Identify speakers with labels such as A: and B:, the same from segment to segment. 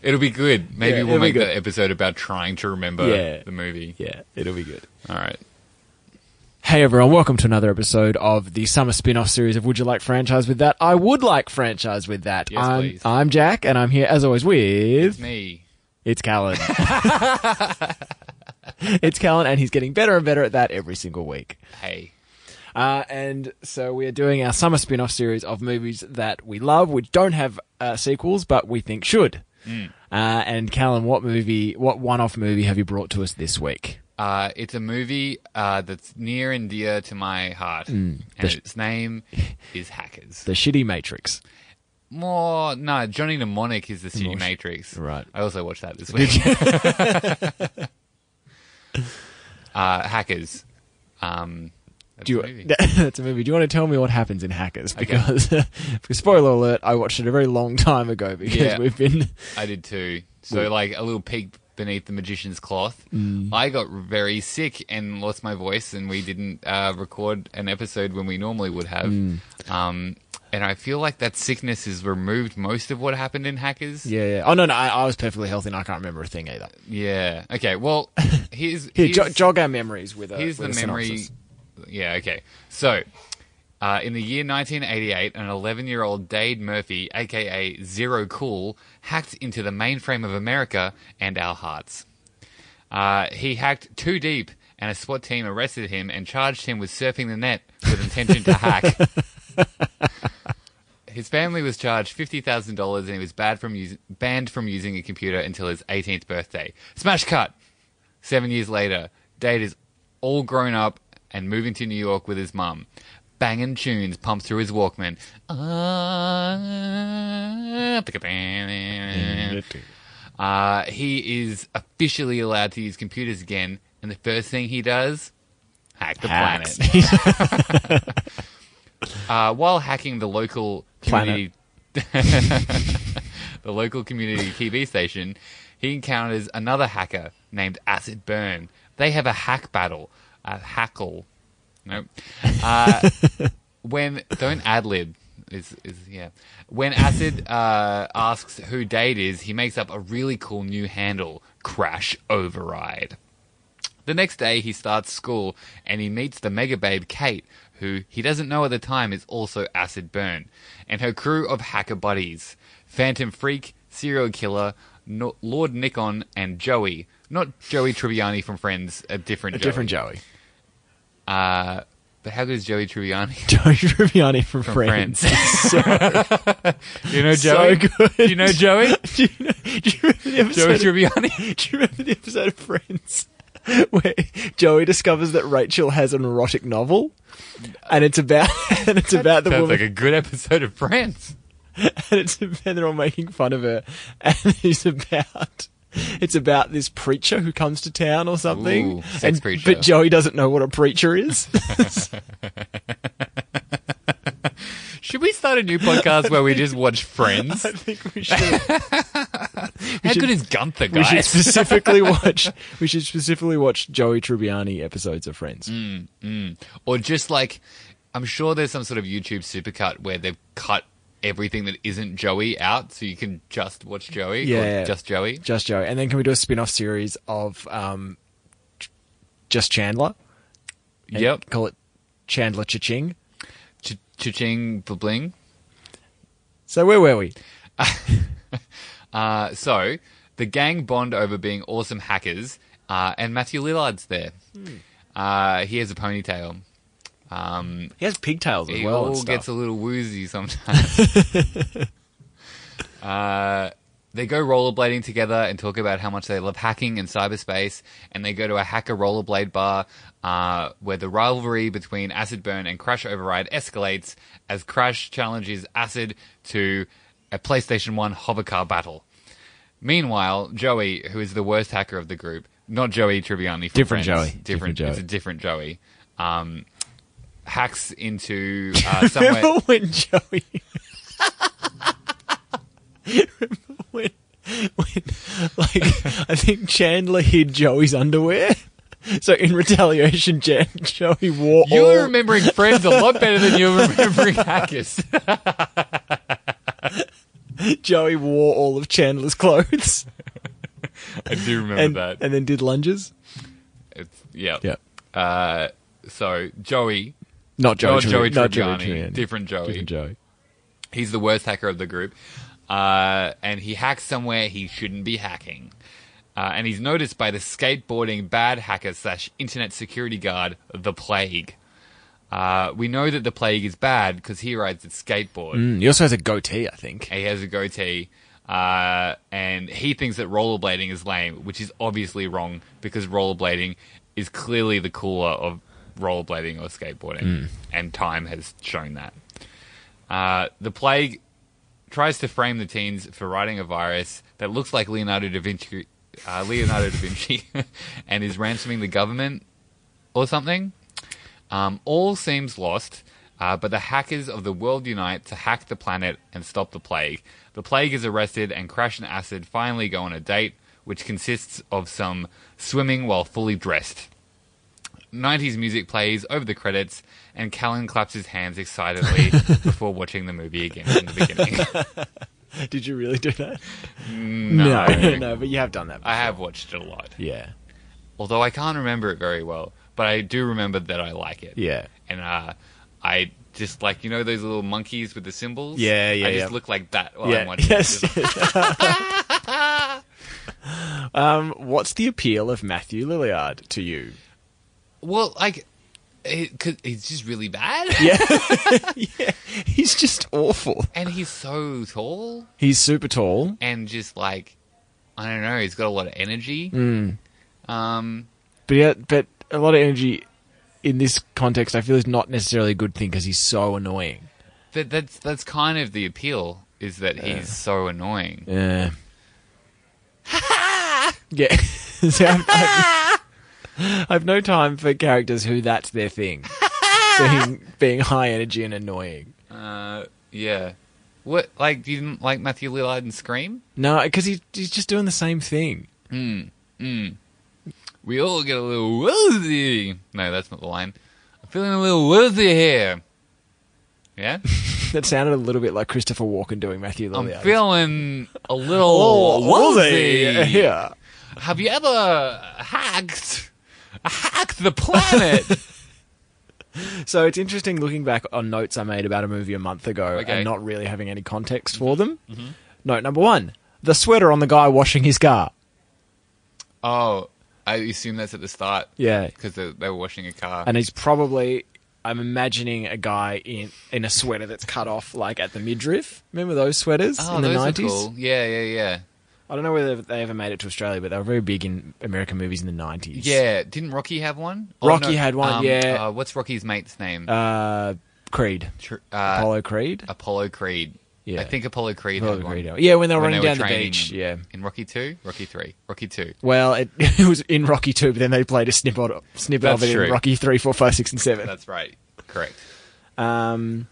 A: It'll be good. Maybe
B: Yeah,
A: we'll
B: it'll be
A: make
B: good.
A: the episode about trying to remember
B: Yeah.
A: the movie.
B: Yeah, it'll be good.
A: All right.
B: Hey everyone, welcome to another episode of the summer spin-off series of Would You Like Franchise With That? I would like franchise with that.
A: Yes,
B: I'm,
A: please.
B: I'm Jack and I'm here as always
A: It's
B: with
A: me.
B: It's Callan. it's Callan and he's getting better and better at that every single week.
A: Hey.
B: Uh, and so we are doing our summer spin-off series of movies that we love, which don't have uh, sequels, but we think should. Uh, and Callan, what movie, what one-off movie have you brought to us this week?
A: Uh, it's a movie uh, that's near and dear to my heart,
B: Mm,
A: and
B: The sh-
A: its name is Hackers.
B: The Shitty Matrix.
A: More no, Johnny Mnemonic is the City Matrix.
B: Right.
A: I also watched that this week. uh, Hackers. Um, that's
B: Do
A: the movie.
B: you, that's a movie. Do you want to tell me what happens in Hackers? Because, because spoiler alert, I watched it a very long time ago because
A: Yeah.
B: we've been.
A: I did too. So like a little peek beneath the magician's cloth.
B: Mm.
A: I got very sick and lost my voice, and we didn't uh, record an episode when we normally would have.
B: Mm.
A: Um, and I feel like that sickness has removed most of what happened in Hackers.
B: Yeah, yeah. Oh no, no, I, I was perfectly healthy and I can't remember a thing either.
A: Yeah. Okay. Well, here's
B: Here,
A: here's,
B: jo- jog our memories with a.
A: here's the
B: with a
A: memory.
B: synopsis.
A: Yeah. Okay. So. Uh, in the year 1988, an 11-year-old Dade Murphy, aka Zero Cool, hacked into the mainframe of America and our hearts. Uh, he hacked too deep, and a SWAT team arrested him and charged him with surfing the net with intention to hack. His family was charged fifty thousand dollars, and he was banned from, us- banned from using a computer until his eighteenth birthday. Smash cut. Seven years later, Dade is all grown up and moving to New York with his mum. Banging tunes pump through his Walkman. Ah, Uh, he is officially allowed to use computers again, and the first thing he does, hack the
B: Hacks.
A: planet. Uh, while hacking the local community,
B: Planet.
A: the local community TV station, he encounters another hacker named Acid Burn. They have a hack battle, a hackle. Nope. Uh, when don't ad lib is is yeah. When Acid uh, asks who Dade is, he makes up a really cool new handle, Crash Override. The next day, he starts school and he meets the mega babe Kate, who he doesn't know at the time is also Acid Burn, and her crew of hacker buddies Phantom Freak, Serial Killer, no- Lord Nikon, and Joey. Not Joey Tribbiani from Friends, a different
B: A
A: Joey.
B: different Joey.
A: Uh, but how good is Joey Tribbiani?
B: Joey Tribbiani from,
A: From
B: Friends.
A: Friends. you know
B: So
A: Joey?
B: good.
A: Do you know Joey?
B: do, you know, do you remember the
A: Joey
B: episode?
A: Tribbiani?
B: do you remember the episode of Friends where Joey discovers that Rachel has an erotic novel, and it's about and it's about the
A: Sounds
B: woman
A: like a good episode of Friends.
B: and it's and they're all making fun of her, and it's about it's about this preacher who comes to town or something,
A: Ooh, sex
B: and
A: preacher.
B: but Joey doesn't know what a preacher is.
A: Should we start a new podcast where we just watch Friends?
B: I think we should
A: How
B: should-
A: good is Gunther,
B: we should
A: guys?
B: specifically watch we should specifically watch Joey Tribbiani episodes of Friends.
A: or just like, I'm sure there's some sort of YouTube supercut where they've cut everything that isn't Joey out, so you can just watch Joey.
B: Yeah,
A: or
B: yeah.
A: just Joey.
B: Just Joey, and then can we do a spin off series of um, Ch- just Chandler? And
A: Yep.
B: Call it Chandler Cha-Ching.
A: Ch- Cha-ching, bling.
B: So where were we?
A: Uh, so the gang bond over being awesome hackers, uh, and Matthew Lillard's there.
B: Hmm.
A: Uh, he has a ponytail. Um,
B: He has pigtails as
A: it
B: well.
A: all
B: and stuff.
A: gets a little woozy sometimes. uh, they go rollerblading together and talk about how much they love hacking and cyberspace, and they go to a hacker rollerblade bar uh, where the rivalry between Acid Burn and Crash Override escalates as Crash challenges Acid to a PlayStation 1 hovercar battle. Meanwhile, Joey, who is the worst hacker of the group, not Joey Tribbiani, from
B: Different
A: Friends,
B: Joey.
A: different,
B: Different Joey.
A: it's a different Joey. Um, hacks into uh, somewhere.
B: Remember when Joey? Remember when, when, like, I think Chandler hid Joey's underwear. So in retaliation, Jan- Joey wore all.
A: You're remembering Friends a lot better than you're remembering Hackers.
B: Joey wore all of Chandler's clothes
A: I do remember
B: and,
A: that.
B: and then did lunges.
A: it's, yeah.
B: Yeah.
A: Uh, so Joey,
B: Not Joey.
A: not Joey
B: Trib- not
A: Tribbiani,
B: Tribbiani.
A: different Joey.
B: Different Joey.
A: He's the worst hacker of the group, uh, and he hacks somewhere he shouldn't be hacking. Uh, and he's noticed by the skateboarding bad hacker slash internet security guard, the Plague. Uh, we know that the Plague is bad because he rides a skateboard.
B: Mm, he also has a goatee, I think.
A: He has a goatee, uh, and he thinks that rollerblading is lame, which is obviously wrong because rollerblading is clearly the cooler of rollerblading or skateboarding, and time has shown that. Uh, the plague tries to frame the teens for writing a virus that looks like Leonardo da Vinci, uh, Leonardo da Vinci, and is ransoming the government or something. Um, all seems lost, uh, but the hackers of the world unite to hack the planet and stop the plague. The plague is arrested, and Crash and Acid finally go on a date, which consists of some swimming while fully dressed. 90s music plays over the credits, and Callan claps his hands excitedly before watching the movie again from the beginning.
B: Did you really do that?
A: No.
B: no, no, but you have done that.
A: I have watched it a lot,
B: yeah,
A: although I can't remember it very well, but I do remember that I like it.
B: yeah.
A: and uh, I just like you know those little monkeys with the symbols.
B: Yeah, yeah,
A: I just
B: yeah.
A: look like that while I'm
B: yeah.
A: watching.
B: Yes.
A: Yes.
B: um, what's the appeal of Matthew Lilliard to you?
A: Well, like it, 'cause he's just really bad,
B: Yeah. yeah. He's just awful.
A: and he's so tall,
B: He's super tall.
A: and just like I don't know, he's got a lot of energy.
B: Mm.
A: Um,
B: But yeah, but a lot of energy in this context I feel is not necessarily a good thing because he's so annoying.
A: that that's that's kind of the appeal is that he's so annoying.
B: Yeah. yeah. So I've, I've, I've no time for characters who that's their thing. being being high energy and annoying.
A: Uh, yeah. What like you didn't like Matthew Lillard and Scream?
B: No, because he, he's just doing the same thing.
A: We all get a little woozy. No, that's not the line. I'm feeling a little woozy here. Yeah?
B: That sounded a little bit like Christopher Walken doing Matthew
A: I'm
B: Lillard.
A: feeling a
B: Oh,
A: little
B: woozy.
A: woozy.
B: Yeah.
A: Have you ever hacked hacked the planet?
B: So it's interesting looking back on notes I made about a movie a month ago
A: Okay. Mm-hmm.
B: and not really having any context for them. Note number one: the sweater on the guy washing his car.
A: oh, I assume that's at the start.
B: Yeah,
A: Because they, they were washing a car.
B: and he's probably. I'm imagining a guy in in a sweater that's cut off like at the midriff. Remember those sweaters
A: oh,
B: in the
A: those are
B: nineties?
A: cool. Yeah, yeah, yeah.
B: I don't know whether they ever made it to Australia, but they were very big in American movies in the nineties.
A: Yeah, didn't Rocky have one? Oh,
B: Rocky had one, yeah.
A: Uh, what's Rocky's mate's name?
B: Uh, Creed.
A: Tr- uh,
B: Apollo Creed.
A: Apollo Creed.
B: Yeah.
A: I think Apollo Creed
B: Apollo
A: had one.
B: Creed. Yeah, when they were
A: when
B: running
A: they were
B: down the
A: training
B: beach.
A: in-
B: Yeah.
A: In Rocky Two, Rocky Three, Rocky Two.
B: Well, it, it was in Rocky Two, but then they played a snippet of, snippet of
A: That's
B: it in
A: true.
B: Rocky Three, Four, Five, Six, and Seven.
A: That's right. Correct.
B: Um,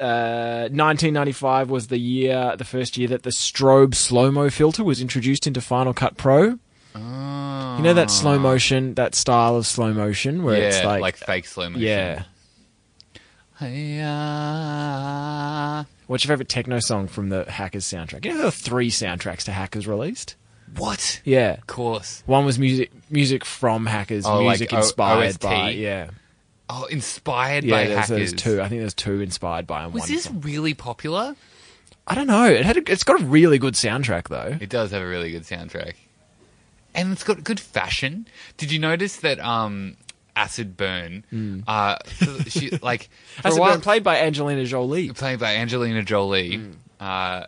B: uh, 1995 was the year, the first year that the strobe slow mo filter was introduced into Final Cut Pro. You know that slow motion, that style of slow motion where
A: Ah. yeah,
B: it's like,
A: fake slow motion.
B: yeah.
A: Hi-ya.
B: What's your favorite techno song from the Hackers soundtrack? You know there were three soundtracks to Hackers released.
A: What?
B: Yeah,
A: Of course.
B: one was music music from Hackers,
A: Oh, like
B: music
A: O-
B: inspired
A: OST?
B: by yeah.
A: Oh, inspired
B: Yeah,
A: by
B: there's,
A: hackers.
B: there's two. I think there's two inspired by and
A: Was
B: one.
A: this
B: from-
A: really popular?
B: I don't know. It had. A, it's got a really good soundtrack though.
A: It does have a really good soundtrack, and it's got good fashion. Did you notice that? Um, Acid Burn. Uh, she like for a
B: Has it
A: while-
B: been played by Angelina Jolie?
A: played by Angelina Jolie,
B: Mm.
A: uh,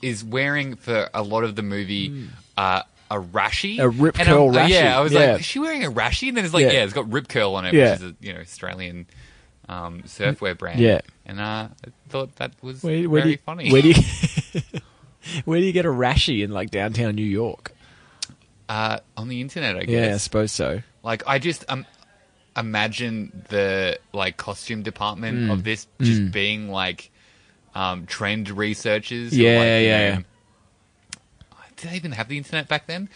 A: is wearing for a lot of the movie
B: Mm.
A: uh, a rashi,
B: A rip
A: And I'm-
B: curl
A: uh,
B: rashi,
A: Yeah, I was
B: yeah.
A: like, is she wearing a rashi? And then it's like,
B: Yeah.
A: yeah, it's got rip curl on it,
B: Yeah.
A: which is a you know Australian um, surfwear brand.
B: Yeah.
A: and uh, I thought that was
B: Where, where
A: very
B: do you,
A: funny.
B: Where do you, where do you get a rashy in like downtown New York?
A: uh, on the internet, I guess.
B: Yeah, I suppose so.
A: Like I just um, imagine the like costume department
B: Mm.
A: of this just being like um, trend researchers. who,
B: Yeah,
A: like, you
B: yeah,
A: know- Did they even have the internet back then?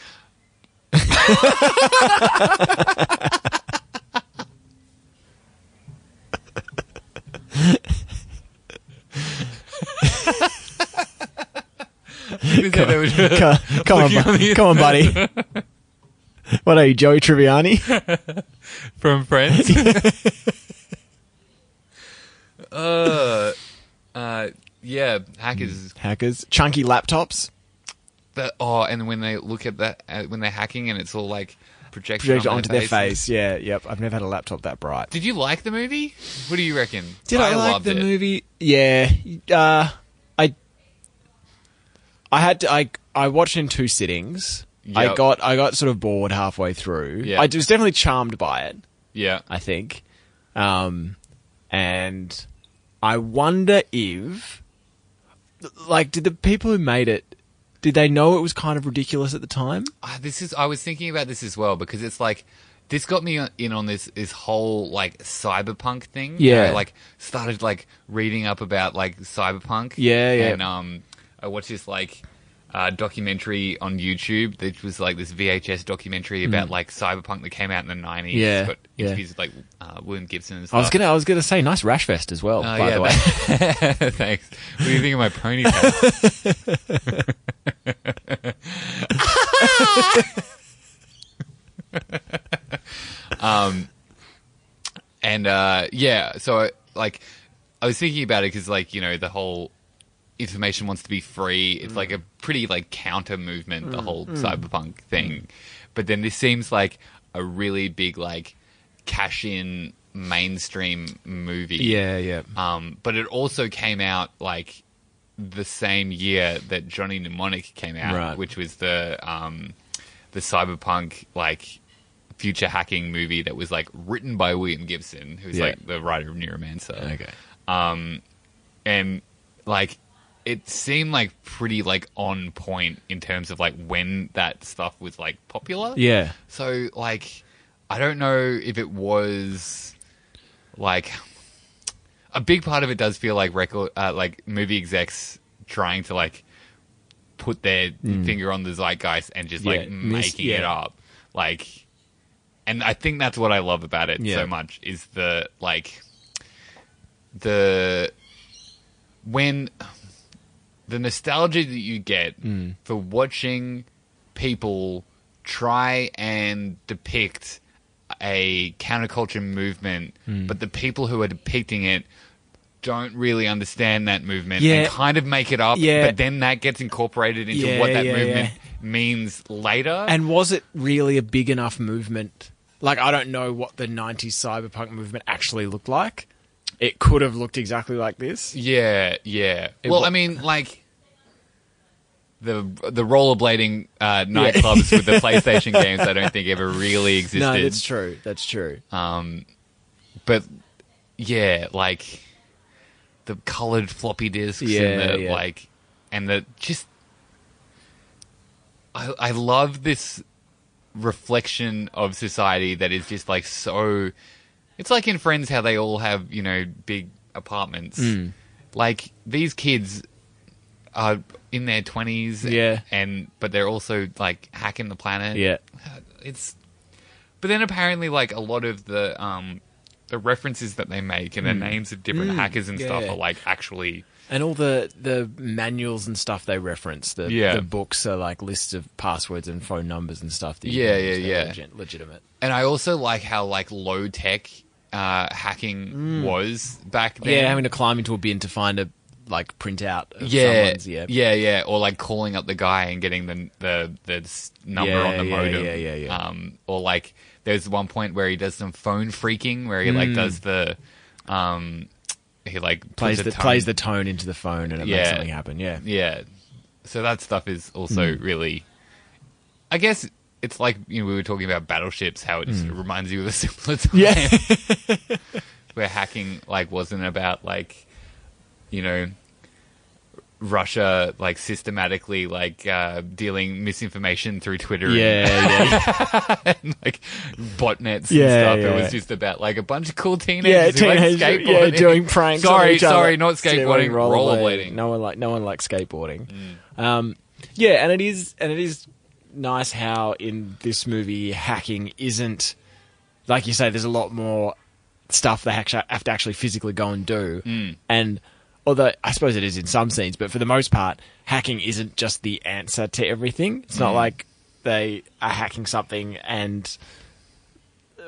A: You said they were just-
B: Come, come on,
A: Looking on
B: bu-
A: the
B: come on, buddy. What are you, Joey Triviani?
A: from Friends. uh, uh, yeah, hackers.
B: Hackers, chunky laptops
A: That, oh, and when they look at that, uh, when they're hacking and it's all like projected,
B: projected
A: on
B: onto their face. Yeah, yep. I've never had a laptop that bright.
A: Did you like the movie? What do you reckon?
B: Did I, like
A: loved
B: the
A: it.
B: movie? Yeah, uh, I I had to, I I watched in two sittings. I
A: Yep.
B: got I got sort of bored halfway through.
A: Yeah.
B: I was definitely charmed by it.
A: Yeah.
B: I think, um, and I wonder if like did the people who made it did they know it was kind of ridiculous at the time?
A: Ah, this is. I was thinking about this as well because it's like this got me in on this this whole like cyberpunk thing. You
B: Yeah.
A: know, like started like reading up about like cyberpunk.
B: Yeah, yeah.
A: And um, I watched this like uh, documentary on YouTube that was like this VHS documentary about like cyberpunk that came out in the nineties.
B: Hmm. Yeah,
A: Got
B: yeah.
A: interviews with like uh, William Gibson and stuff.
B: I was gonna I was gonna say nice rash vest as well.
A: Oh,
B: by
A: yeah,
B: the way,
A: that- thanks. What do you think of my ponytail? um, and uh, yeah, so like I was thinking about it because like you know the whole information wants to be free. It's like
B: Mm.
A: a pretty like counter movement, the whole cyberpunk
B: Mm.
A: thing. But then this seems like a really big like cash in mainstream movie.
B: yeah, yeah.
A: Um, but it also came out like the same year that Johnny Mnemonic came out,
B: Right.
A: which was the um, the cyberpunk like future hacking movie that was like written by William Gibson, who's
B: Yeah.
A: like the writer of Neuromancer. And like it seemed like pretty like on point in terms of like when that stuff was like popular.
B: yeah.
A: So like I don't know if it was like a big part of it does feel like record uh, like movie execs trying to like put their finger on the zeitgeist and just
B: Hmm. Yeah,
A: like
B: miss-
A: making it
B: yeah.
A: up like and I think that's what I love about it
B: Yeah.
A: so much is the like the when the nostalgia that you get
B: Mm.
A: for watching people try and depict a counterculture movement,
B: Mm.
A: but the people who are depicting it don't really understand that movement
B: Yeah.
A: and kind of make it up,
B: Yeah.
A: but then that gets incorporated into
B: Yeah,
A: what that
B: yeah,
A: movement means later.
B: And was it really a big enough movement? Like, I don't know what the 90s cyberpunk movement actually looked like. It could have looked exactly like this.
A: Yeah, yeah.
B: It
A: well,
B: wa-
A: I mean, like the the rollerblading uh, nightclubs with the PlayStation games, I don't think ever really existed.
B: No, that's true. That's true.
A: But yeah, like the colored floppy discs and
B: Yeah,
A: the
B: yeah.
A: like, and the just. I I love this reflection of society that is just like so. It's like in Friends how they all have you know big apartments.
B: Mm.
A: Like these kids are in their twenties,
B: Yeah.
A: and but they're also like hacking the planet,
B: yeah.
A: it's but then apparently like a lot of the um the references that they make and the names of different hackers and stuff
B: Hmm. yeah.
A: are like actually
B: And all the, the manuals and stuff they reference, the,
A: Yeah.
B: the books are like lists of passwords and phone numbers and stuff. That
A: Yeah,
B: can use.
A: yeah,
B: They're
A: yeah.
B: legit- legitimate.
A: and i also like how like low tech uh hacking was back then
B: Hmm. yeah, having to climb into a bin to find a like printout of
A: yeah,
B: someone's. Yeah.
A: yeah, yeah, or like calling up the guy and getting the the the s- number
B: Yeah,
A: on the
B: yeah,
A: modem.
B: yeah, yeah, yeah.
A: Um, or like there's one point where he does some phone freaking, where he like does the, um, he like puts
B: Hmm. Plays,
A: a
B: the,
A: tongue-
B: plays the tone into the phone and it
A: Yeah.
B: makes something happen. Yeah.
A: Yeah. So that stuff is also
B: Hmm.
A: really. I guess it's like you know, we were talking about battleships, how it just reminds you of a similar time
B: Hmm. Yeah.
A: where hacking like wasn't about like, you know, Russia like systematically like uh, dealing misinformation through Twitter and,
B: yeah.
A: and like botnets
B: Yeah,
A: and stuff. It
B: yeah.
A: was just about like a bunch of cool teenagers,
B: Yeah,
A: who, like,
B: teenage, yeah,
A: skateboarding.
B: doing pranks. on
A: Sorry,
B: each other.
A: sorry, not skateboarding, rollerblading. Mm.
B: No one like no one likes skateboarding. Um, yeah, and it is and it is nice how in this movie hacking isn't like you say. There's a lot more stuff they actually have to actually physically go and do, and although I suppose it is in some scenes, but for the most part, hacking isn't just the answer to everything. It's not like they are hacking something and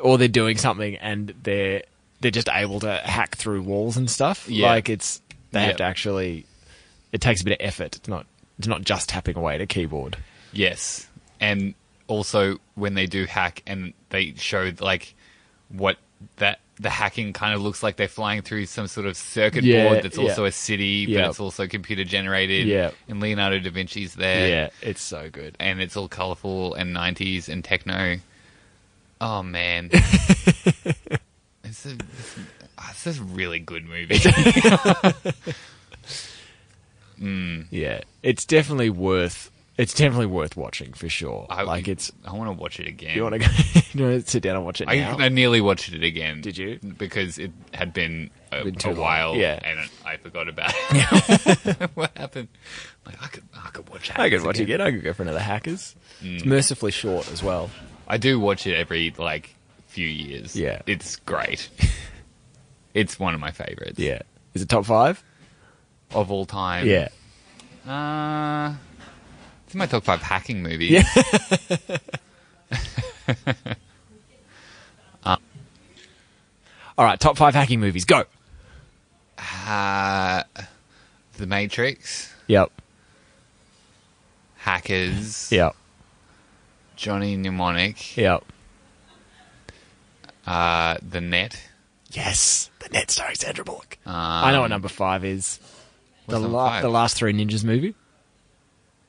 B: or they're doing something and they're they're just able to hack through walls and stuff.
A: Yeah.
B: Like it's they
A: Yep.
B: have to actually it takes a bit of effort. It's not it's not just tapping away at a keyboard.
A: Yes, and also when they do hack and they show like what that the hacking kind of looks like they're flying through some sort of circuit
B: Yeah,
A: board that's
B: yeah.
A: also a city,
B: Yeah.
A: but it's also computer generated.
B: Yeah.
A: and Leonardo da Vinci's there.
B: yeah, it's so good.
A: and it's all colorful and nineties and techno. Oh man. It's a, it's, ah, it's a really good movie.
B: Yeah, it's definitely worth it's definitely worth watching for sure.
A: I,
B: like it's
A: I want to watch it again.
B: you want to go you want to sit down and watch it
A: I,
B: now.
A: I nearly watched it again.
B: Did you?
A: Because it had been a,
B: Been too
A: a
B: long,
A: while,
B: yeah.
A: and I forgot about it. what happened? Like I could, I could watch.
B: I could
A: Hackers
B: watch it again. Mm. I could go for another Hackers. It's mercifully short as well.
A: I do watch it every like few years.
B: Yeah.
A: it's great. it's one of my favorites.
B: Is it top five?
A: of all
B: Mm.
A: time. Uh, it's in my top five hacking movies.
B: Yeah. All right, top five hacking movies. Go.
A: Uh, the Matrix,
B: Yep.
A: Hackers,
B: Yep.
A: Johnny Mnemonic,
B: Yep.
A: uh, The Net.
B: Yes. The net starring Sandra Bullock. I know what number five is. The,
A: number
B: la-
A: five?
B: the last three ninjas movie.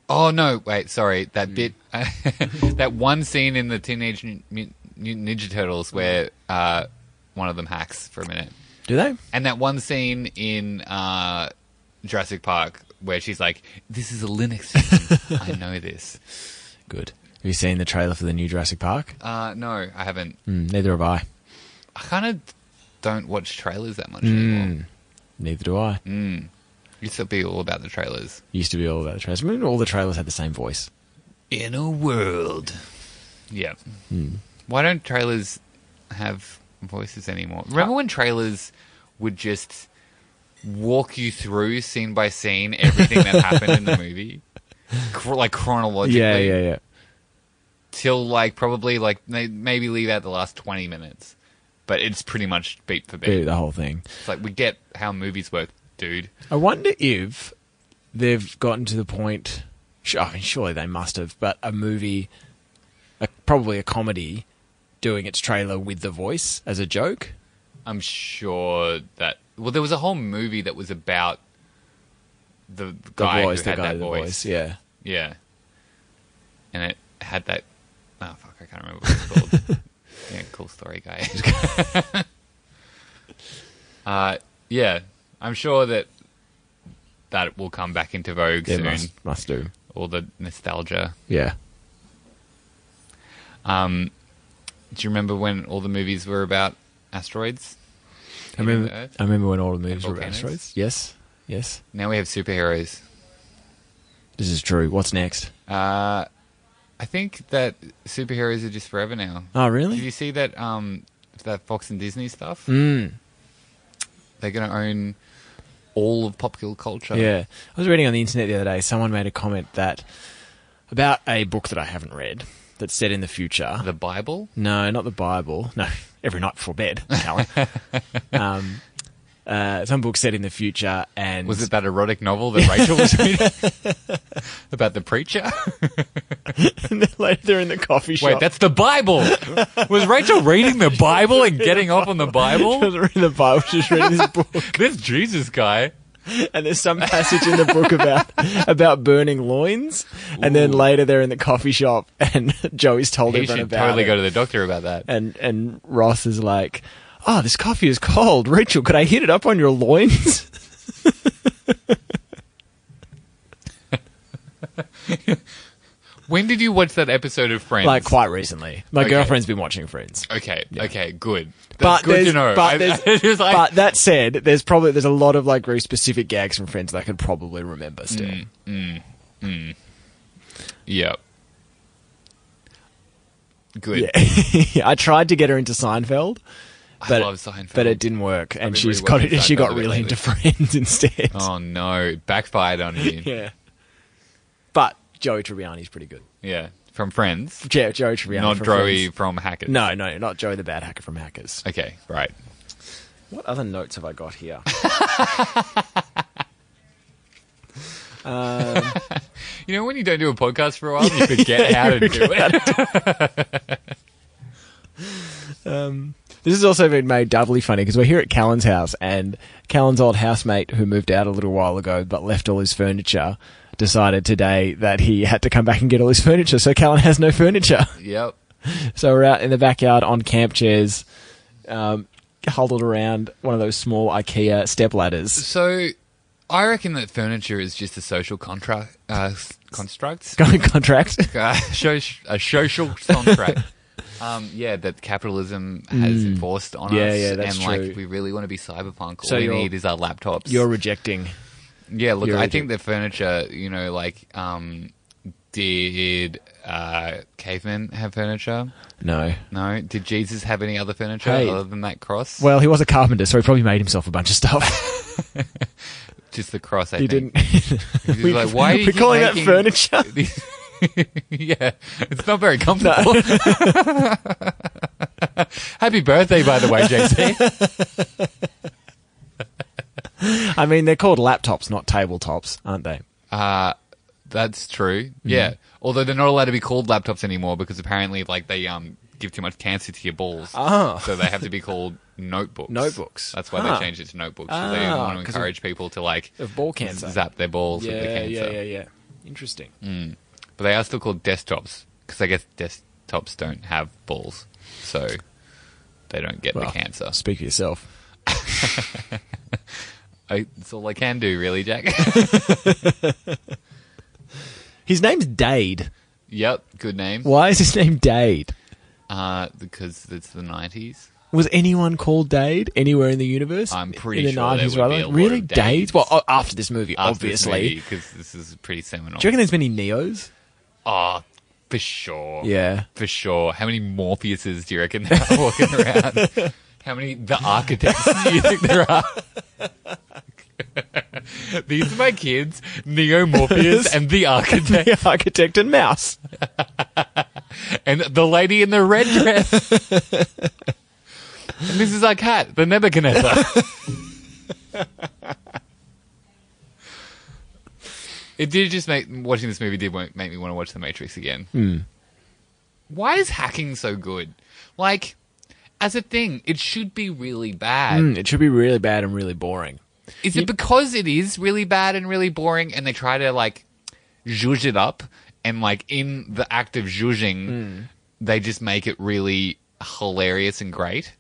A: Oh no! Wait, sorry. That bit, that one scene in the Teenage Mut- Mut- Mutant Ninja Turtles where uh, one of them hacks for a minute,
B: Do they?
A: and that one scene in uh, Jurassic Park where she's like, "This is a Linux system. I know this."
B: Good. Have you seen the trailer for the new Jurassic Park?
A: Uh, no, I haven't.
B: Mm, neither have I.
A: I kind of don't watch trailers that much anymore.
B: Neither do I.
A: Used to be all about the trailers.
B: Used to be all about the trailers. Remember all the trailers had the same voice.
A: In a world. Yeah.
B: Hmm.
A: Why don't trailers have voices anymore? Remember when trailers would just walk you through scene by scene everything that happened in the movie? Cr- like chronologically.
B: yeah.
A: Till like probably like may- maybe leave out the last 20 minutes. But it's pretty much beat for beat.
B: Do the whole thing.
A: It's like we get how movies work, dude.
B: I wonder if they've gotten to the point. su- I mean, surely they must have, but a movie, a, probably a comedy, doing its trailer with the voice as a joke.
A: I'm sure that well, there was a whole movie that was about the
B: The
A: guy
B: voice,
A: who
B: the
A: had
B: guy,
A: that
B: with the
A: voice.
B: voice. Yeah.
A: Yeah, and it had that. Oh fuck, I can't remember what it's called. yeah, cool story, guy. uh, yeah, I'm sure that that will come back into vogue soon.
B: must do.
A: All the nostalgia.
B: Yeah.
A: Um, do you remember when all the movies were about asteroids?
B: I remember.
A: the Earth?
B: I remember when all the movies
A: And
B: were about
A: volcanoes?
B: asteroids. Yes. Yes.
A: Now we have superheroes.
B: This is true. What's next?
A: Uh, I think that superheroes are just forever now.
B: Oh,
A: Did
B: really?
A: you see that um that Fox and Disney stuff?
B: Mm.
A: They're going to own all of pop culture.
B: Yeah. I was reading on the internet the other day, someone made a comment that about a book that I haven't read that said in the future.
A: The Bible?
B: no, not the Bible. No, every night before bed, Alan. um, uh, some book said in the future, and
A: Was it that erotic novel that Rachel was reading? About the preacher?
B: later they're in the coffee shop.
A: Wait, that's the Bible! Was Rachel reading the Bible and getting off on the Bible?
B: They're in the Bible, just reading this book,
A: This Jesus guy.
B: and there's some passage in the book about about burning loins, and then
A: Ooh.
B: later they're in the coffee shop, and Joey's told
A: He
B: everyone
A: should
B: about
A: totally
B: it.
A: go to the doctor about that.
B: and and Ross is like, "Oh, this coffee is cold, Rachel. Could I heat it up on your loins?"
A: When did you watch that episode of Friends?
B: like quite recently, my
A: Okay.
B: girlfriend's been watching Friends,
A: Okay, okay, good. That's
B: but
A: good
B: there's,
A: to know.
B: But,
A: I-
B: there's,
A: it was like-
B: but that said, there's probably there's a lot of like very specific gags from Friends that I could probably remember still.
A: Yep. Good.
B: Yeah. I tried to get her into Seinfeld. but
A: love Seinfeld.
B: but it didn't work,
A: been
B: and she's got
A: rewatching
B: she got
A: Seinfeld
B: really
A: lately.
B: into Friends instead.
A: Oh no, it backfired on you.
B: Yeah, but Joey Tribbiani's pretty good.
A: yeah, from Friends,
B: Yeah, Joey Tribbiani,
A: not
B: from
A: Joey
B: Friends.
A: from Hackers.
B: No, no, not Joey the bad hacker from Hackers.
A: Okay, right.
B: What other notes have I got here?
A: You know when you don't do a podcast for a while, you forget how to do it.
B: This has also been made doubly funny because we're here at Callan's house, and Callan's old housemate, who moved out a little while ago but left all his furniture, decided today that he had to come back and get all his furniture. So Callan has no furniture.
A: yep.
B: So we're out in the backyard on camp chairs, um, huddled around one of those small IKEA step ladders.
A: So, I reckon that furniture is just a social contract uh, s- construct.
B: Got a contract.
A: uh, show, a social contract. um, yeah, that capitalism has enforced on
B: Hmm. Yeah,
A: us.
B: yeah, that's
A: and like,
B: true.
A: we really want to be cyberpunk. All
B: So
A: we
B: you're-
A: need is our laptops.
B: You're rejecting.
A: yeah, look,
B: you're
A: I think the furniture, you know, like, um, did uh, cavemen have furniture?
B: No.
A: No. Did Jesus have any other furniture
B: Hey.
A: other than that cross?
B: Well, he was a carpenter, so he probably made himself a bunch of stuff.
A: just the cross. I
B: He
A: think.
B: didn't.
A: He's like, why are you
B: we're
A: keep
B: calling that
A: making-
B: furniture?
A: yeah, it's not very comfortable. Happy birthday, by the way, JC.
B: I mean, they're called laptops, not tabletops, aren't they?
A: Uh, that's true.
B: Mm-hmm.
A: Yeah. Although they're not allowed to be called laptops anymore because apparently, like, they um give too much cancer to your balls.
B: Oh.
A: So they have to be called notebooks.
B: Notebooks.
A: That's why
B: Huh.
A: they changed it to notebooks. 'cause they didn't
B: Ah,
A: want to
B: 'cause
A: encourage people to like
B: Of ball cancer.
A: zap their balls with the
B: yeah,
A: cancer. Mm,
B: yeah, yeah, yeah. Interesting.
A: But they are still called desktops because I guess desktops don't have balls, so they don't get the
B: Well,
A: cancer.
B: Speak for yourself.
A: I, that's all I can do, really, Jack.
B: His name's Dade.
A: yep, good name.
B: Why is his name Dade?
A: Uh, because it's the nineties.
B: Was anyone called Dade anywhere in the universe?
A: I'm pretty
B: in the
A: sure there
B: 90s,
A: would
B: rather?
A: be a lot
B: Really,
A: of
B: Dades?
A: Dades.
B: Well, o- after this movie, obviously.
A: because this is pretty seminal.
B: Do you reckon there's many Neos?
A: Oh, for sure.
B: Yeah.
A: for sure. How many Morpheuses do you reckon there are walking around? How many the architects do you think there are? These are my kids, Neo Morpheus and the architect.
B: The architect and mouse.
A: and the lady in the red dress. and this is our cat, the Nebuchadnezzar. it did just make watching this movie did wa- make me want to watch The Matrix again. Why is hacking so good? Like, as a thing, it should be really bad.
B: Mm, it should be really bad and really boring.
A: Is it because it is really bad and really boring and they try to like zhuzh it up and like in the act of zhuzhing, they just make it really hilarious and great?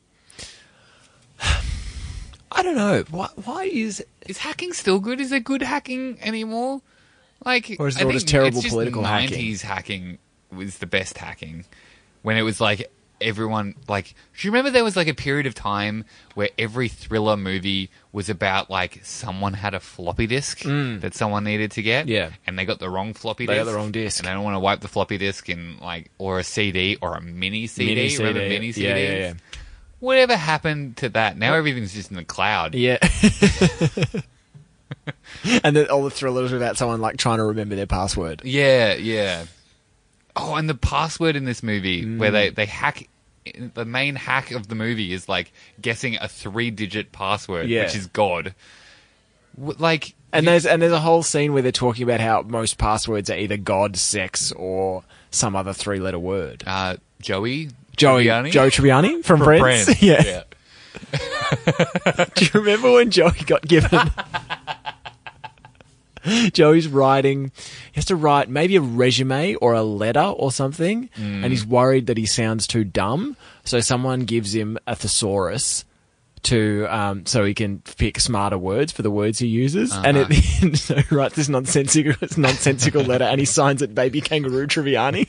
B: I don't know. Why, why is.
A: Is hacking still good? Is it good hacking anymore? Like,
B: Or is it
A: I
B: all
A: think
B: just terrible
A: it's just
B: political hacking?
A: 90s hacking was the best hacking when it was like everyone like. Do you remember there was like a period of time where every thriller movie was about like someone had a floppy disk that someone needed to get,
B: Mm. Yeah.
A: and they got the wrong floppy.
B: They got
A: disk,
B: the wrong disk.
A: and they don't want to wipe the floppy disk and like or a CD or a mini CD.
B: Mini
A: remember
B: CD.
A: mini CDs?
B: Yeah, yeah, yeah.
A: Whatever happened to that? Now everything's just in the cloud.
B: Yeah. and then all the thrillers without someone like trying to remember their password.
A: Yeah, yeah. Oh, and the password in this movie where they,
B: Mm.
A: they hack the main hack of the movie is like guessing a three digit password,
B: Yeah.
A: which is God. W- Like,
B: And there's and there's a whole scene where they're talking about how most passwords are either God, sex, or some other three letter word.
A: uh, Joey?
B: Joey,
A: Tribbiani?
B: Joe Tribbiani from,
A: From
B: Friends. Yeah.
A: yeah.
B: Do you remember when Joey got given? Joey's writing. He has to write maybe a resume or a letter or something, and he's worried that he sounds too dumb. So someone gives him a thesaurus to um, so he can pick smarter words for the words he uses. And at the end, so he writes this nonsensical, this nonsensical letter, and he signs it "Baby Kangaroo Triviani."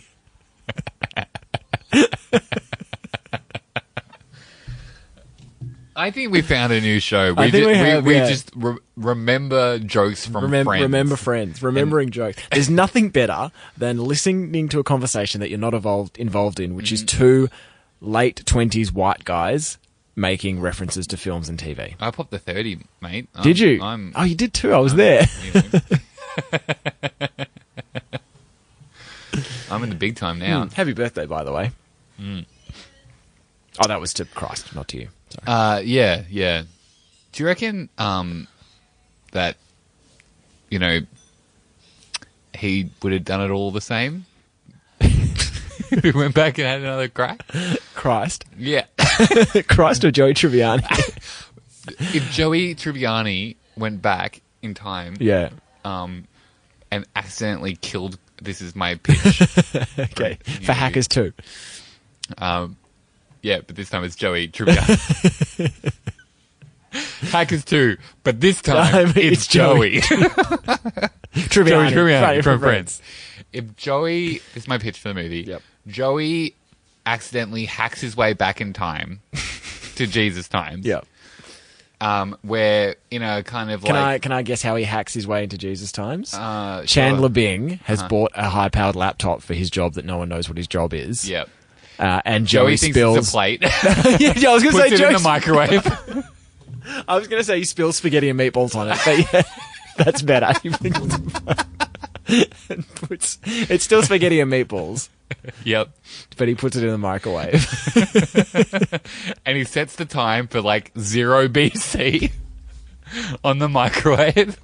A: I think we found a new show. We,
B: I think
A: ju-
B: we have,
A: we,
B: yeah.
A: just re- remember jokes from
B: Remem-
A: Friends.
B: Remember friends. Remembering jokes. There's nothing better than listening to a
A: Mm-hmm.
B: conversation that you're not involved involved in, which is two late twenties white guys making references to films and TV.
A: I popped the 30, mate. I'm-
B: Did you?
A: I'm.
B: oh, you did too. I was there.
A: I'm in the big time now.
B: Happy birthday, by the way.
A: Mm.
B: Oh, that was to Christ, not to you. Sorry.
A: Uh, yeah, yeah. Do you reckon um, that you know he would have done it all the same? we went back and had another crack.
B: Christ,
A: Yeah.
B: Christ or Joey Tribbiani?
A: if Joey Tribbiani went back in time
B: yeah.
A: um, and accidentally killed, this is my pitch.
B: Okay.
A: Right.
B: For hackers too.
A: Um, yeah, but this time it's Joey Tribbiani. Hackers too, but this time
B: Time,
A: it's,
B: it's
A: Joey.
B: Joey. Tribbiani,
A: Joey Tribbiani
B: Friday
A: from
B: from
A: Friends. If Joey, this is my pitch for the movie.
B: Yep.
A: Joey accidentally hacks his way back in time to Jesus times.
B: Yeah.
A: Um, where in a kind of
B: Can I
A: like
B: can I guess how he hacks his way into Jesus times?
A: uh, sure. Uh-huh.
B: Chandler Bing has bought a high powered laptop for his job that no one knows what his job is.
A: Yep.
B: Uh, and
A: Joey
B: Joey,
A: thinks
B: spills.
A: it's a plate.
B: yeah, yeah, I was going
A: Puts
B: to say
A: it in
B: Joey.
A: the microwave.
B: I was going to say he spills spaghetti and meatballs on it, but yeah, that's better. He thinks it's a- and puts- it's still spaghetti and meatballs,
A: yep.
B: but he puts it in the microwave.
A: and he sets the time for like zero BC on the microwave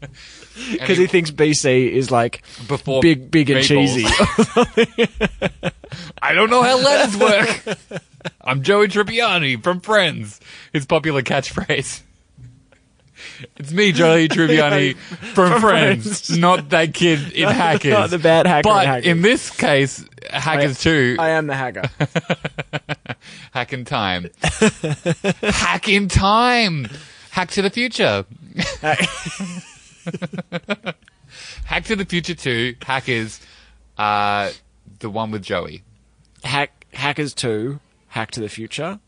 A: And
B: because he thinks BC is like
A: before
B: big, big and
A: meatballs.
B: cheesy.
A: I don't know how letters work. I'm Joey Tribbiani from Friends. His popular catchphrase. It's me, Joey Tribbiani from, Friends, not that kid in Hackers.
B: not the bad hacker in
A: But
B: Hackers.
A: in this case, Hackers too.
B: I am the hacker.
A: Hack in time. Hack in time. Hack to the future. Hack to the future too. Hackers. Uh, the one with Joey.
B: Hack hackers two. Hack to the future.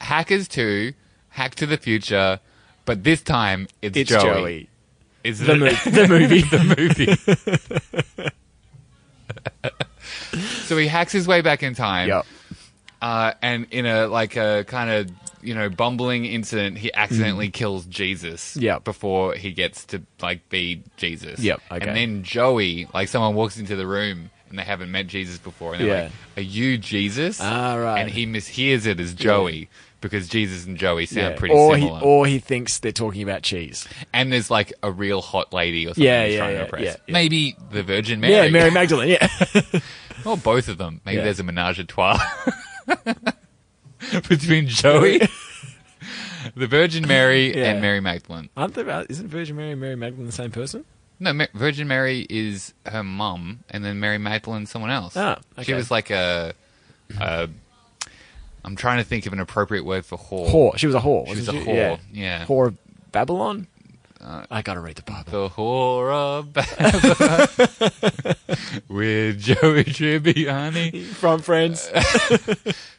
A: Hackers two. Hack to the future. But this time it's,
B: It's
A: Joey.
B: Joey.
A: Is
B: The,
A: it
B: mo- the movie.
A: the movie? so he hacks his way back in time.
B: yep.
A: uh, and in a like a kind of you know bumbling incident, he
B: Mm.
A: accidentally kills Jesus.
B: Yep.
A: Before he gets to like be Jesus.
B: Yep, okay.
A: And then Joey, like someone walks into the room and they haven't met Jesus before, and they're
B: Yeah.
A: like, "Are you Jesus?"
B: Ah, right.
A: And he mishears it as Joey. Because Jesus and Joey sound
B: Yeah.
A: pretty
B: or
A: similar,
B: he or he thinks they're talking about cheese.
A: and there's like a real hot lady or something
B: Yeah,
A: he's
B: yeah,
A: trying to
B: yeah,
A: impress.
B: yeah, yeah.
A: Maybe the Virgin Mary,
B: Yeah, Mary Magdalene. Yeah.
A: or both of them. Maybe
B: Yeah.
A: there's a menage a trois between Joey, the Virgin Mary,
B: Yeah.
A: and Mary Magdalene.
B: Aren't they about, isn't Virgin Mary and Mary Magdalene the same person?
A: No, Ma- Virgin Mary is her mum, and then Mary Magdalene's someone else.
B: Ah,
A: She
B: okay.
A: was like a. a I'm trying to think of an appropriate word for whore.
B: Whore. She was a whore.
A: She was
B: wasn't
A: a whore, yeah. Uh,
B: Whore of Babylon. I gotta read the Bible.
A: The whore of Baba with Joey Tribbiani.
B: From Friends.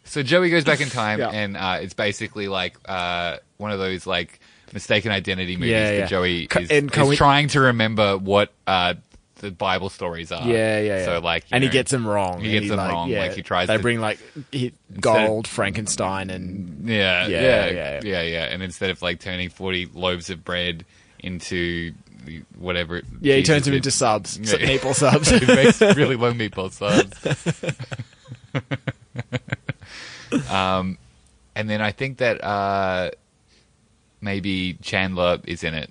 A: So Joey goes back in time,
B: Yeah.
A: and uh, it's basically like uh, one of those like mistaken identity movies.
B: Yeah,
A: that
B: yeah.
A: Joey
B: Co-
A: is,
B: and
A: is
B: coin-
A: trying to remember what uh, the Bible stories are.
B: yeah, yeah, yeah.
A: So like, you
B: and
A: know,
B: he gets them wrong.
A: he
B: and
A: gets them
B: like,
A: wrong,
B: Yeah,
A: like, he tries
B: They
A: to-
B: bring like he,
A: Instead of-
B: gold, Frankenstein, and
A: yeah, yeah,
B: Yeah,
A: yeah, yeah,
B: yeah.
A: And instead of like turning forty loaves of bread into the- whatever,
B: yeah, he
A: Jesus
B: turns them
A: did.
B: into subs, s-
A: Yeah.
B: meatball subs.
A: he makes really long meatball subs. um, and then I think that uh, maybe Chandler is in it,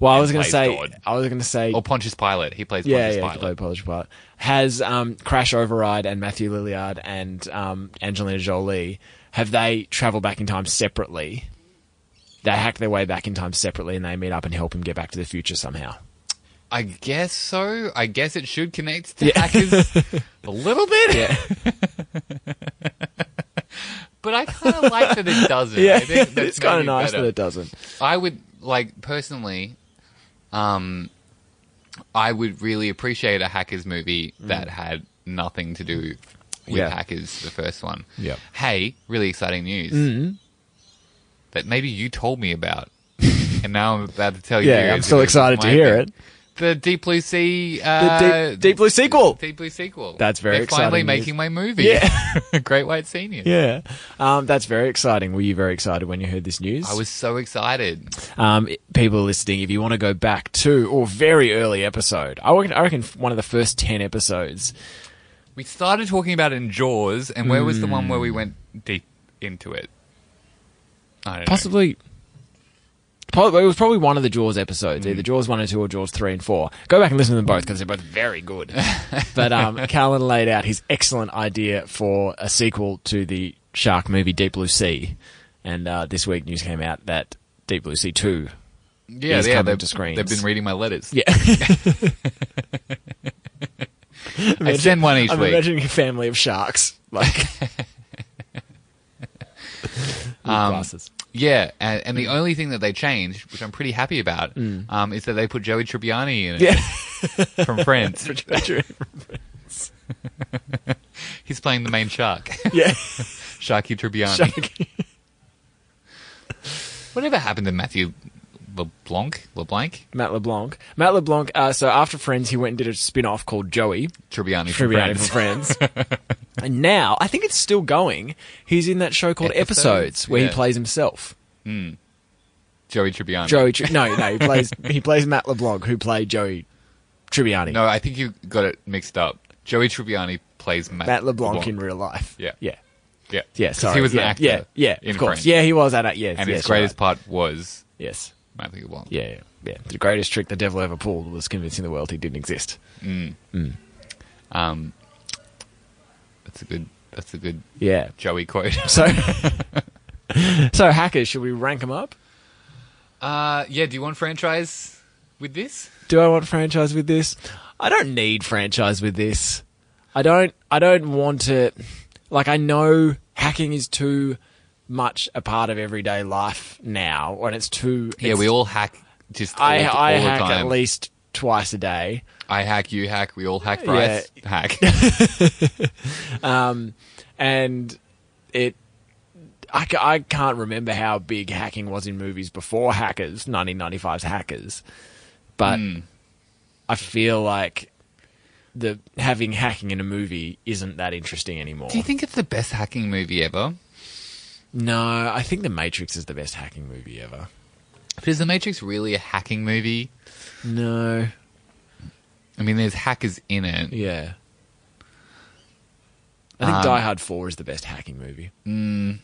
B: well, I
A: And
B: was gonna
A: plays
B: say,
A: God.
B: I was gonna say,
A: or Pontius Pilate. He plays
B: yeah,
A: Pontius
B: yeah,
A: Pilate.
B: Pilot. Polish Pilot has um, Crash Override and Matthew Lilliard and um, Angelina Jolie. Have they travel back in time separately? They hack their way back in time separately, and they meet up and help him get back to the future somehow.
A: I guess so. I guess it should connect to
B: Yeah.
A: hackers a little bit.
B: Yeah.
A: But I kind of like that it doesn't. I
B: Yeah,
A: think that's
B: it's kind of
A: maybe
B: nice
A: better.
B: that it doesn't.
A: I would like personally, um, I would really appreciate a hackers movie that had nothing to do with
B: Mm. Yeah.
A: hackers. The first one.
B: Yep.
A: Hey, really exciting news
B: Mm-hmm.
A: that maybe you told me about, and now I'm about to tell you.
B: Yeah, I'm
A: as
B: still
A: if it was
B: excited to
A: my
B: hear
A: thing.
B: it.
A: the Deep Blue Sea. Uh,
B: The deep, deep blue sequel.
A: Deep Blue sequel.
B: That's very
A: They're finally
B: exciting news.
A: making my movie.
B: Yeah.
A: Great White Senior.
B: Yeah, um, that's very exciting. Were you very excited when you heard this news?
A: I was so excited.
B: um, i- people listening, if you want to go back to or very early episode, I reckon, I reckon one of the first ten episodes.
A: We started talking about it in Jaws, and where was the one where we
B: Hmm.
A: went deep into it? I don't know.
B: possibly. Probably, it was probably one of the Jaws episodes,
A: Mm.
B: either Jaws one and two or Jaws three and four. Go back and listen to them both because they're both very good. but um, Callan laid out his excellent idea for a sequel to the shark movie Deep Blue Sea, and uh, this week news came out that Deep Blue Sea two.
A: Yeah,
B: is
A: yeah.
B: coming
A: They've,
B: to screens.
A: they've been reading my letters.
B: Yeah,
A: I send one each
B: I'm
A: week.
B: imagining a family of sharks like.
A: Um,
B: glasses.
A: Yeah, and, and
B: Hmm.
A: the only thing that they changed, which I'm pretty happy about, um, is that they put Joey Tribbiani in it
B: Yeah.
A: from Friends.
B: yeah.
A: He's playing the main shark, Sharky Tribbiani. Whatever happened to Matthew LeBlanc? LeBlanc?
B: Matt LeBlanc. Matt LeBlanc. Uh, so after Friends, he went and did a spin off called Joey.
A: Tribbiani from
B: Tribbiani
A: Friends.
B: for Friends. and now, I think it's still going. He's in that show called Episodes,
A: Episodes,
B: where
A: yeah.
B: he plays himself.
A: Joey Tribbiani.
B: Joey. Tri- no, no, he plays he plays Matt LeBlanc, who played Joey Tribbiani.
A: No, I think you got it mixed up. Joey Tribbiani plays Matt,
B: Matt LeBlanc, in real life.
A: Yeah.
B: yeah,
A: Yeah,
B: yeah.
A: 'Cause
B: Sorry,
A: he was
B: yeah,
A: an actor.
B: Yeah, yeah.
A: in
B: of course,
A: Friends.
B: yeah, he was an actor. Yes,
A: And
B: yes,
A: his greatest
B: right.
A: part was
B: Yes,
A: Matthew LeBlanc.
B: yeah, yeah, yeah. The greatest trick the devil ever pulled was convincing the world he didn't exist.
A: Um, that's a good. That's a good
B: Yeah.
A: Joey quote.
B: So, so hackers, should we rank them up?
A: Uh, yeah. Do you want franchise with this?
B: Do I want franchise with this? I don't need franchise with this. I don't. I don't want to. Like I know hacking is too much a part of everyday life now, and it's too.
A: Yeah,
B: it's-
A: we all hack just all,
B: I
A: all
B: I
A: the
B: hack
A: time.
B: at least twice a day.
A: I hack, you hack, we all hack. Bryce hack.
B: and it I, ca- I can't remember how big hacking was in movies before hackers 1995's hackers but
A: Hmm.
B: i feel like the having hacking in a movie isn't that interesting anymore
A: do you think it's the best hacking movie ever?
B: no i think the matrix is the best hacking movie ever
A: But is The Matrix really a hacking movie?
B: no
A: I mean, there's hackers in it.
B: yeah i think
A: Um,
B: die hard 4 is the best hacking movie
A: Mm.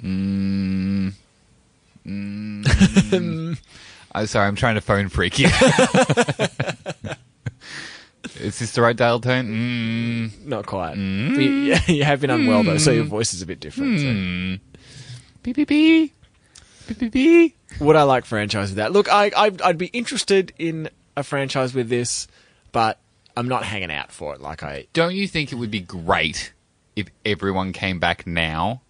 A: Mm. I'm sorry, I'm trying to phone freak you. Is this the right dial tone? Mm.
B: not quite But you, you have been unwell though so your voice is a bit different so.
A: Mm. Beep, beep, beep. Beep, beep, beep.
B: Would I like franchise with that? Look, I, I I'd be interested in a franchise with this, but I'm not hanging out for it. Like I,
A: Don't you think it would be great if everyone came back now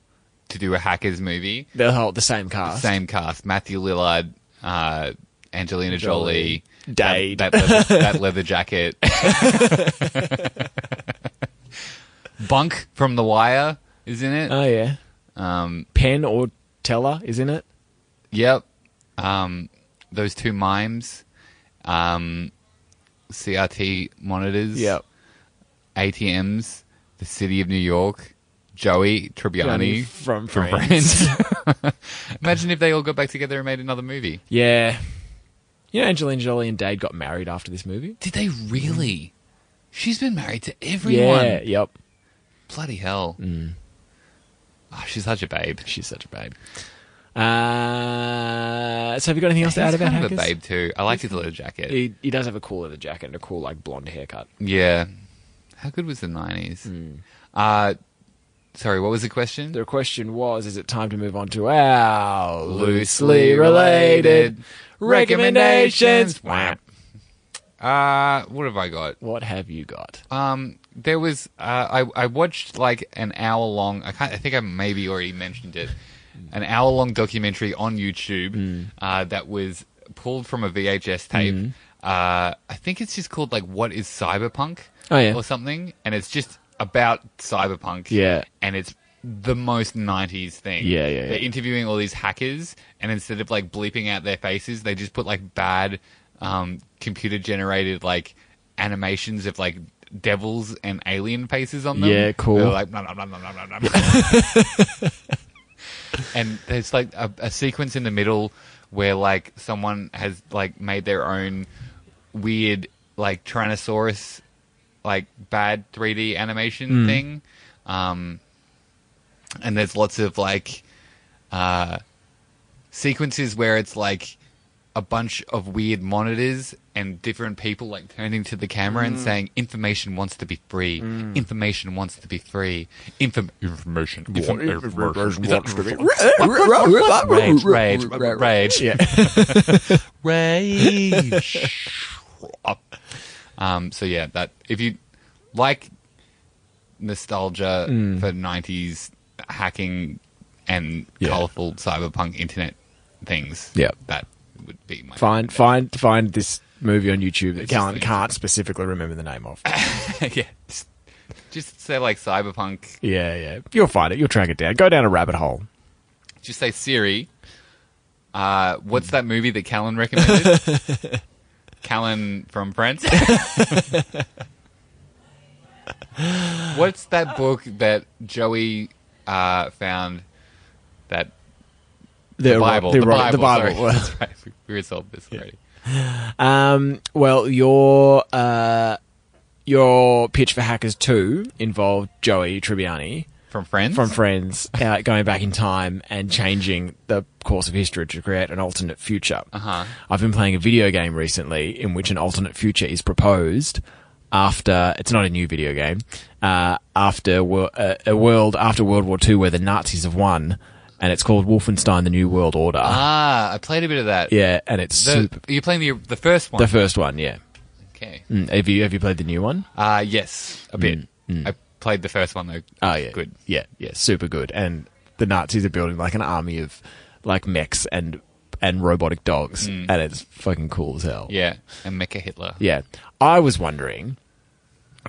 A: to do a hackers movie?
B: the whole the same cast.
A: Same cast: Matthew Lillard, uh, Angelina Jolie,
B: Dade.
A: that, that, leather, that leather jacket, Bunk from The Wire is in it.
B: Oh yeah,
A: Um,
B: Penn or Teller is in it.
A: yep, um, those two mimes, um, CRT monitors, ATMs, the city of New York, Joey Tribbiani.
B: from
A: from
B: Friends.
A: Friends. Imagine if they all got back together and made another movie.
B: Yeah, you know Angelina Jolie and Dade got married after this movie.
A: Did they really? She's been married to everyone.
B: Yeah, Mm. yep.
A: Bloody hell. Oh, she's such a babe.
B: She's such a babe. Uh, so have you got anything else to add
A: He's
B: about
A: kind of
B: Hackers?
A: a babe too. I liked his little jacket.
B: He, he does have a cool leather jacket and a cool like blonde haircut.
A: yeah. How good was the nineties?
B: Hmm.
A: Uh sorry, what was the question?
B: The question was, is it time to move on to our loosely related recommendations? Wah.
A: Uh what have I got?
B: What have you got?
A: Um, there was uh, I I watched like an hour long. I can't, I think I maybe already mentioned it. An hour long documentary on YouTube
B: Hmm.
A: uh, that was pulled from a VHS tape. Uh, I think it's just called like "What is Cyberpunk?"
B: Oh, yeah.
A: or something, and it's just about cyberpunk.
B: Yeah.
A: and it's the most 90s thing
B: Yeah, yeah, yeah.
A: they're interviewing all these hackers and instead of like bleeping out their faces they just put like bad um, computer generated like animations of like devils and alien faces on them.
B: Yeah, cool.
A: They're like nom, nom, nom, nom, nom, nom, nom. and there's like a, a sequence in the middle where like someone has like made their own weird like Tyrannosaurus like bad 3D animation
B: Hmm.
A: thing. Um, and there's lots of like uh, sequences where it's like a bunch of weird monitors and different people like turning to the camera and saying information wants to be free information wants to be free Inform- information rage rage rage
B: Yeah.
A: rage um so yeah that if you like nostalgia
B: Mm.
A: for 90s hacking and
B: Yeah.
A: colorful cyberpunk internet things
B: Yeah.
A: that would be my
B: Find find find this movie on YouTube that
A: It's just
B: Callan
A: an
B: can't specifically remember the name of.
A: yeah just, just say like cyberpunk
B: Yeah, yeah. You'll find it. You'll track it down. Go down a rabbit hole.
A: just say siri uh what's that movie that callan recommended callan from friends what's that book that joey uh found that
B: The,
A: the bible the, bible, sorry.
B: Bible.
A: That's right. we resolved this already
B: Um, well, your uh, your pitch for Hackers Two involved Joey Tribbiani
A: from friends
B: from Friends uh, going back in time and changing the course of history to create an alternate future.
A: Uh-huh.
B: I've been playing a video game recently in which an alternate future is proposed after it's not a new video game uh, after wor- uh, a world after World War II where the Nazis have won, and it's called Wolfenstein: The New World Order.
A: ah i played a bit of that
B: yeah, and it's
A: The-
B: super.
A: you're playing the the first one
B: The first one, yeah.
A: okay
B: Mm, have you have you played the new one?
A: Uh yes, a
B: Mm,
A: bit. I played the first one though.
B: Oh yeah,
A: good.
B: Yeah, yeah, super good. And the Nazis are building like an army of like mechs and and robotic dogs, and it's fucking cool as hell.
A: Mm. Yeah, and Mecha Hitler.
B: yeah. I was wondering,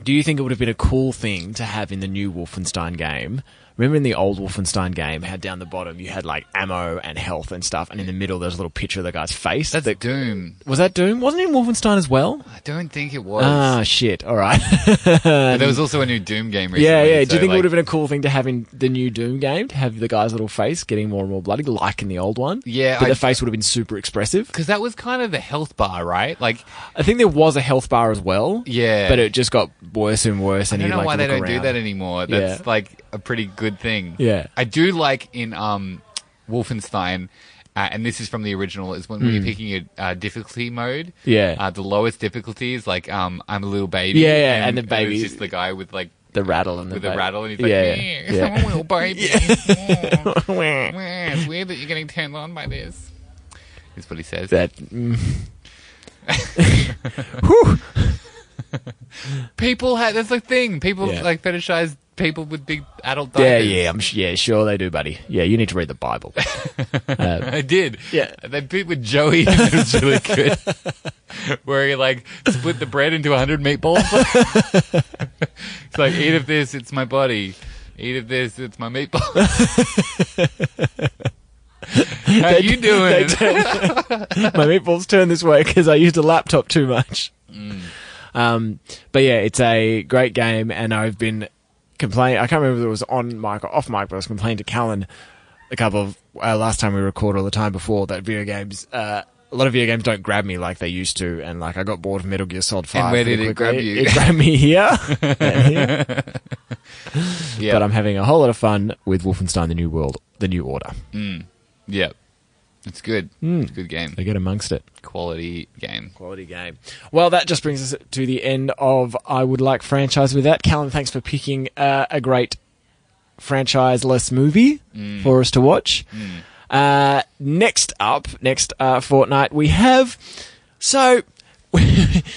B: do you think it would have been a cool thing to have in the new Wolfenstein game? Remember in the old Wolfenstein game, how down the bottom you had like ammo and health and stuff, and in the middle there's a little picture of the guy's face.
A: That's
B: that-
A: Doom.
B: was that Doom? Wasn't it in Wolfenstein as well?
A: I don't think it was.
B: Ah, shit. All right.
A: but there was also a new Doom game recently.
B: Yeah, yeah. Do
A: so,
B: you think it
A: like,
B: would have been a cool thing to have in the new Doom game to have the guy's little face getting more and more bloody, like in the old one?
A: Yeah,
B: but
A: I-
B: the face would have been super expressive.
A: Because that was kind of the health bar, right? Like,
B: I think there was a health bar as well.
A: Yeah.
B: but it just got worse and worse.
A: I
B: And
A: don't
B: you
A: know
B: like
A: why they
B: look
A: don't do
B: around.
A: that anymore. That's
B: Yeah.
A: like a pretty good thing.
B: Yeah.
A: I do like in um, Wolfenstein, uh, and this is from the original, is when you're picking your uh, difficulty mode.
B: Mm. Yeah.
A: Uh, the lowest difficulty is like um, I'm a little baby.
B: Yeah, yeah, and the
A: it's
B: baby-
A: just the guy with like
B: The rattle and the
A: with a
B: ba-
A: rattle, and he's like,
B: yeah,
A: "Meh,
B: yeah.
A: I'm a little baby. Meh,
B: yeah.
A: meh, It's weird that you're getting turned on by this. Is what he says.
B: that. mm. Whew.
A: People have that's the thing. People
B: Yeah.
A: like fetishize people with big adult
B: Yeah,
A: diapers.
B: yeah, I'm sh- yeah, sure they do, buddy. Yeah, you need to read the Bible.
A: I did.
B: Yeah.
A: That bit with Joey it was really good. Where he like split the bread into hundred meatballs. it's like eat of this, it's my body. Eat of this, it's my meatballs. How you
B: They
A: doing?
B: turn- my meatballs turn this way because I used a laptop too much.
A: Mm.
B: Um, but yeah, it's a great game, and I've been complaining. I can't remember if it was on mic or off mic, but I was complaining to Callan a couple of uh, last time we recorded or the time before that video games. Uh, a lot of video games don't grab me like they used to, and like I got bored of Metal Gear Solid Five.
A: where
B: pretty
A: did it
B: quickly.
A: grab you?
B: It grabbed me here, and here.
A: yeah.
B: but I'm having a whole lot of fun with Wolfenstein: The New World, The New Order.
A: yeah. It's good.
B: Hmm.
A: It's a good game.
B: They get amongst it.
A: Quality game.
B: Quality game. Well, that just brings us to the end of I Would Like Franchise with that. Callum, thanks for picking uh, a great franchise-less movie
A: Mm.
B: for us to watch. Uh, next up, next uh, fortnight, we have... So...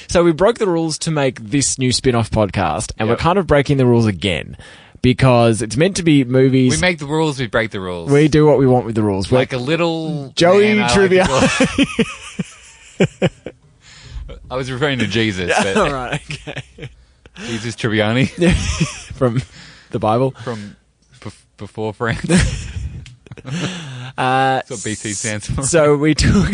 B: so we broke the rules to make this new spin-off podcast,
A: Yep.
B: and we're kind of breaking the rules again because it's meant to be movies.
A: We make the rules, we break the rules.
B: We do what we want with the rules. We're-
A: like a little
B: Joey
A: I like
B: Trivia.
A: to call- I was referring to Jesus,
B: all
A: but
B: right, okay.
A: Jesus Triviani
B: From the Bible.
A: from b- before France. That's
B: Uh,
A: what BC stands for.
B: so we took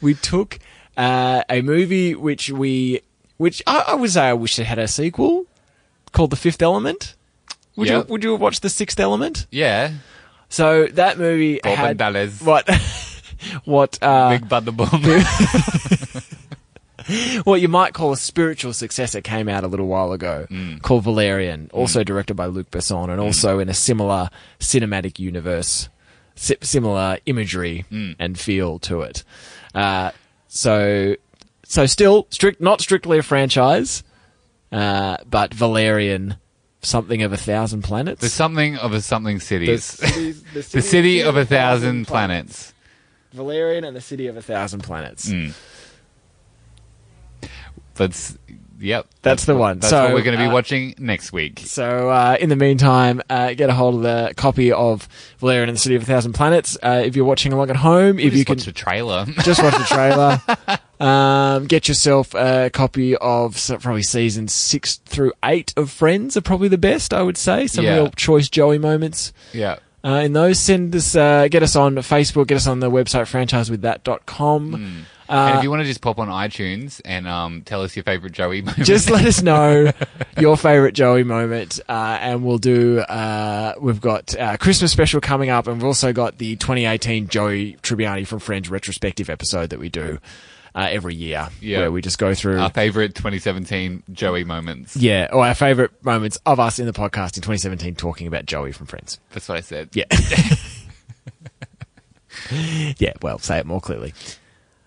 B: we took Uh, a movie which we, which I, I would say I wish it had a sequel called The Fifth Element. Would
A: Yeah.
B: you would you have watched The Sixth Element?
A: Yeah.
B: So that movie
A: Bob
B: had
A: and Dallas.
B: what what uh,
A: Big Bud the Bomb.
B: what you might call a spiritual successor came out a little while ago
A: Mm.
B: called Valerian, also directed by Luc Besson and also in a similar cinematic universe, si- similar imagery
A: Mm.
B: and feel to it. Uh, so, so still strict, not strictly a franchise, uh, but Valerian, something of a thousand planets.
A: the something of a something cities. The,
B: city, the city,
A: city of a thousand planets.
B: Valerian and the city of a thousand planets.
A: Mm. That's Hmm. yep.
B: That's the one.
A: That's
B: So,
A: what we're going to be
B: uh,
A: watching next week.
B: So, uh, in the meantime, uh, get a hold of the copy of Valerian and the City of a Thousand Planets. Uh, if you're watching along at home, if you
A: Just
B: can
A: watch the trailer.
B: just watch the trailer, um, get yourself a copy of s- probably season six through eight of Friends are probably the best, I would say. Some
A: Yeah.
B: real choice Joey moments.
A: yeah.
B: Uh, in those, send us, uh, get us on Facebook, get us on the website franchisewiththat.com.
A: Hmm. and if you want to just pop on iTunes and um, tell us your favorite Joey moment.
B: just let us know your favorite Joey moment, uh, and we'll do. Uh, we've got uh, Christmas special coming up, and we've also got the 2018 Joey Tribbiani from Friends retrospective episode that we do uh, every year,
A: Yeah. Uh,
B: where we just go through.
A: our favorite 2017 Joey moments.
B: yeah, or our favorite moments of us in the podcast in 2017 talking about Joey from Friends.
A: That's what I said.
B: Yeah. yeah, well, say it more clearly.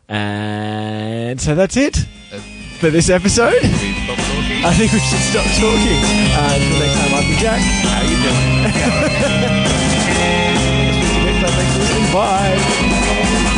B: And so that's it
A: That's-
B: for this episode.
A: We stopped talking.
B: I think we should stop talking. Uh, until next time, I'll be Jack.
A: How you doing?
B: Thanks for listening. Bye.
A: Oh,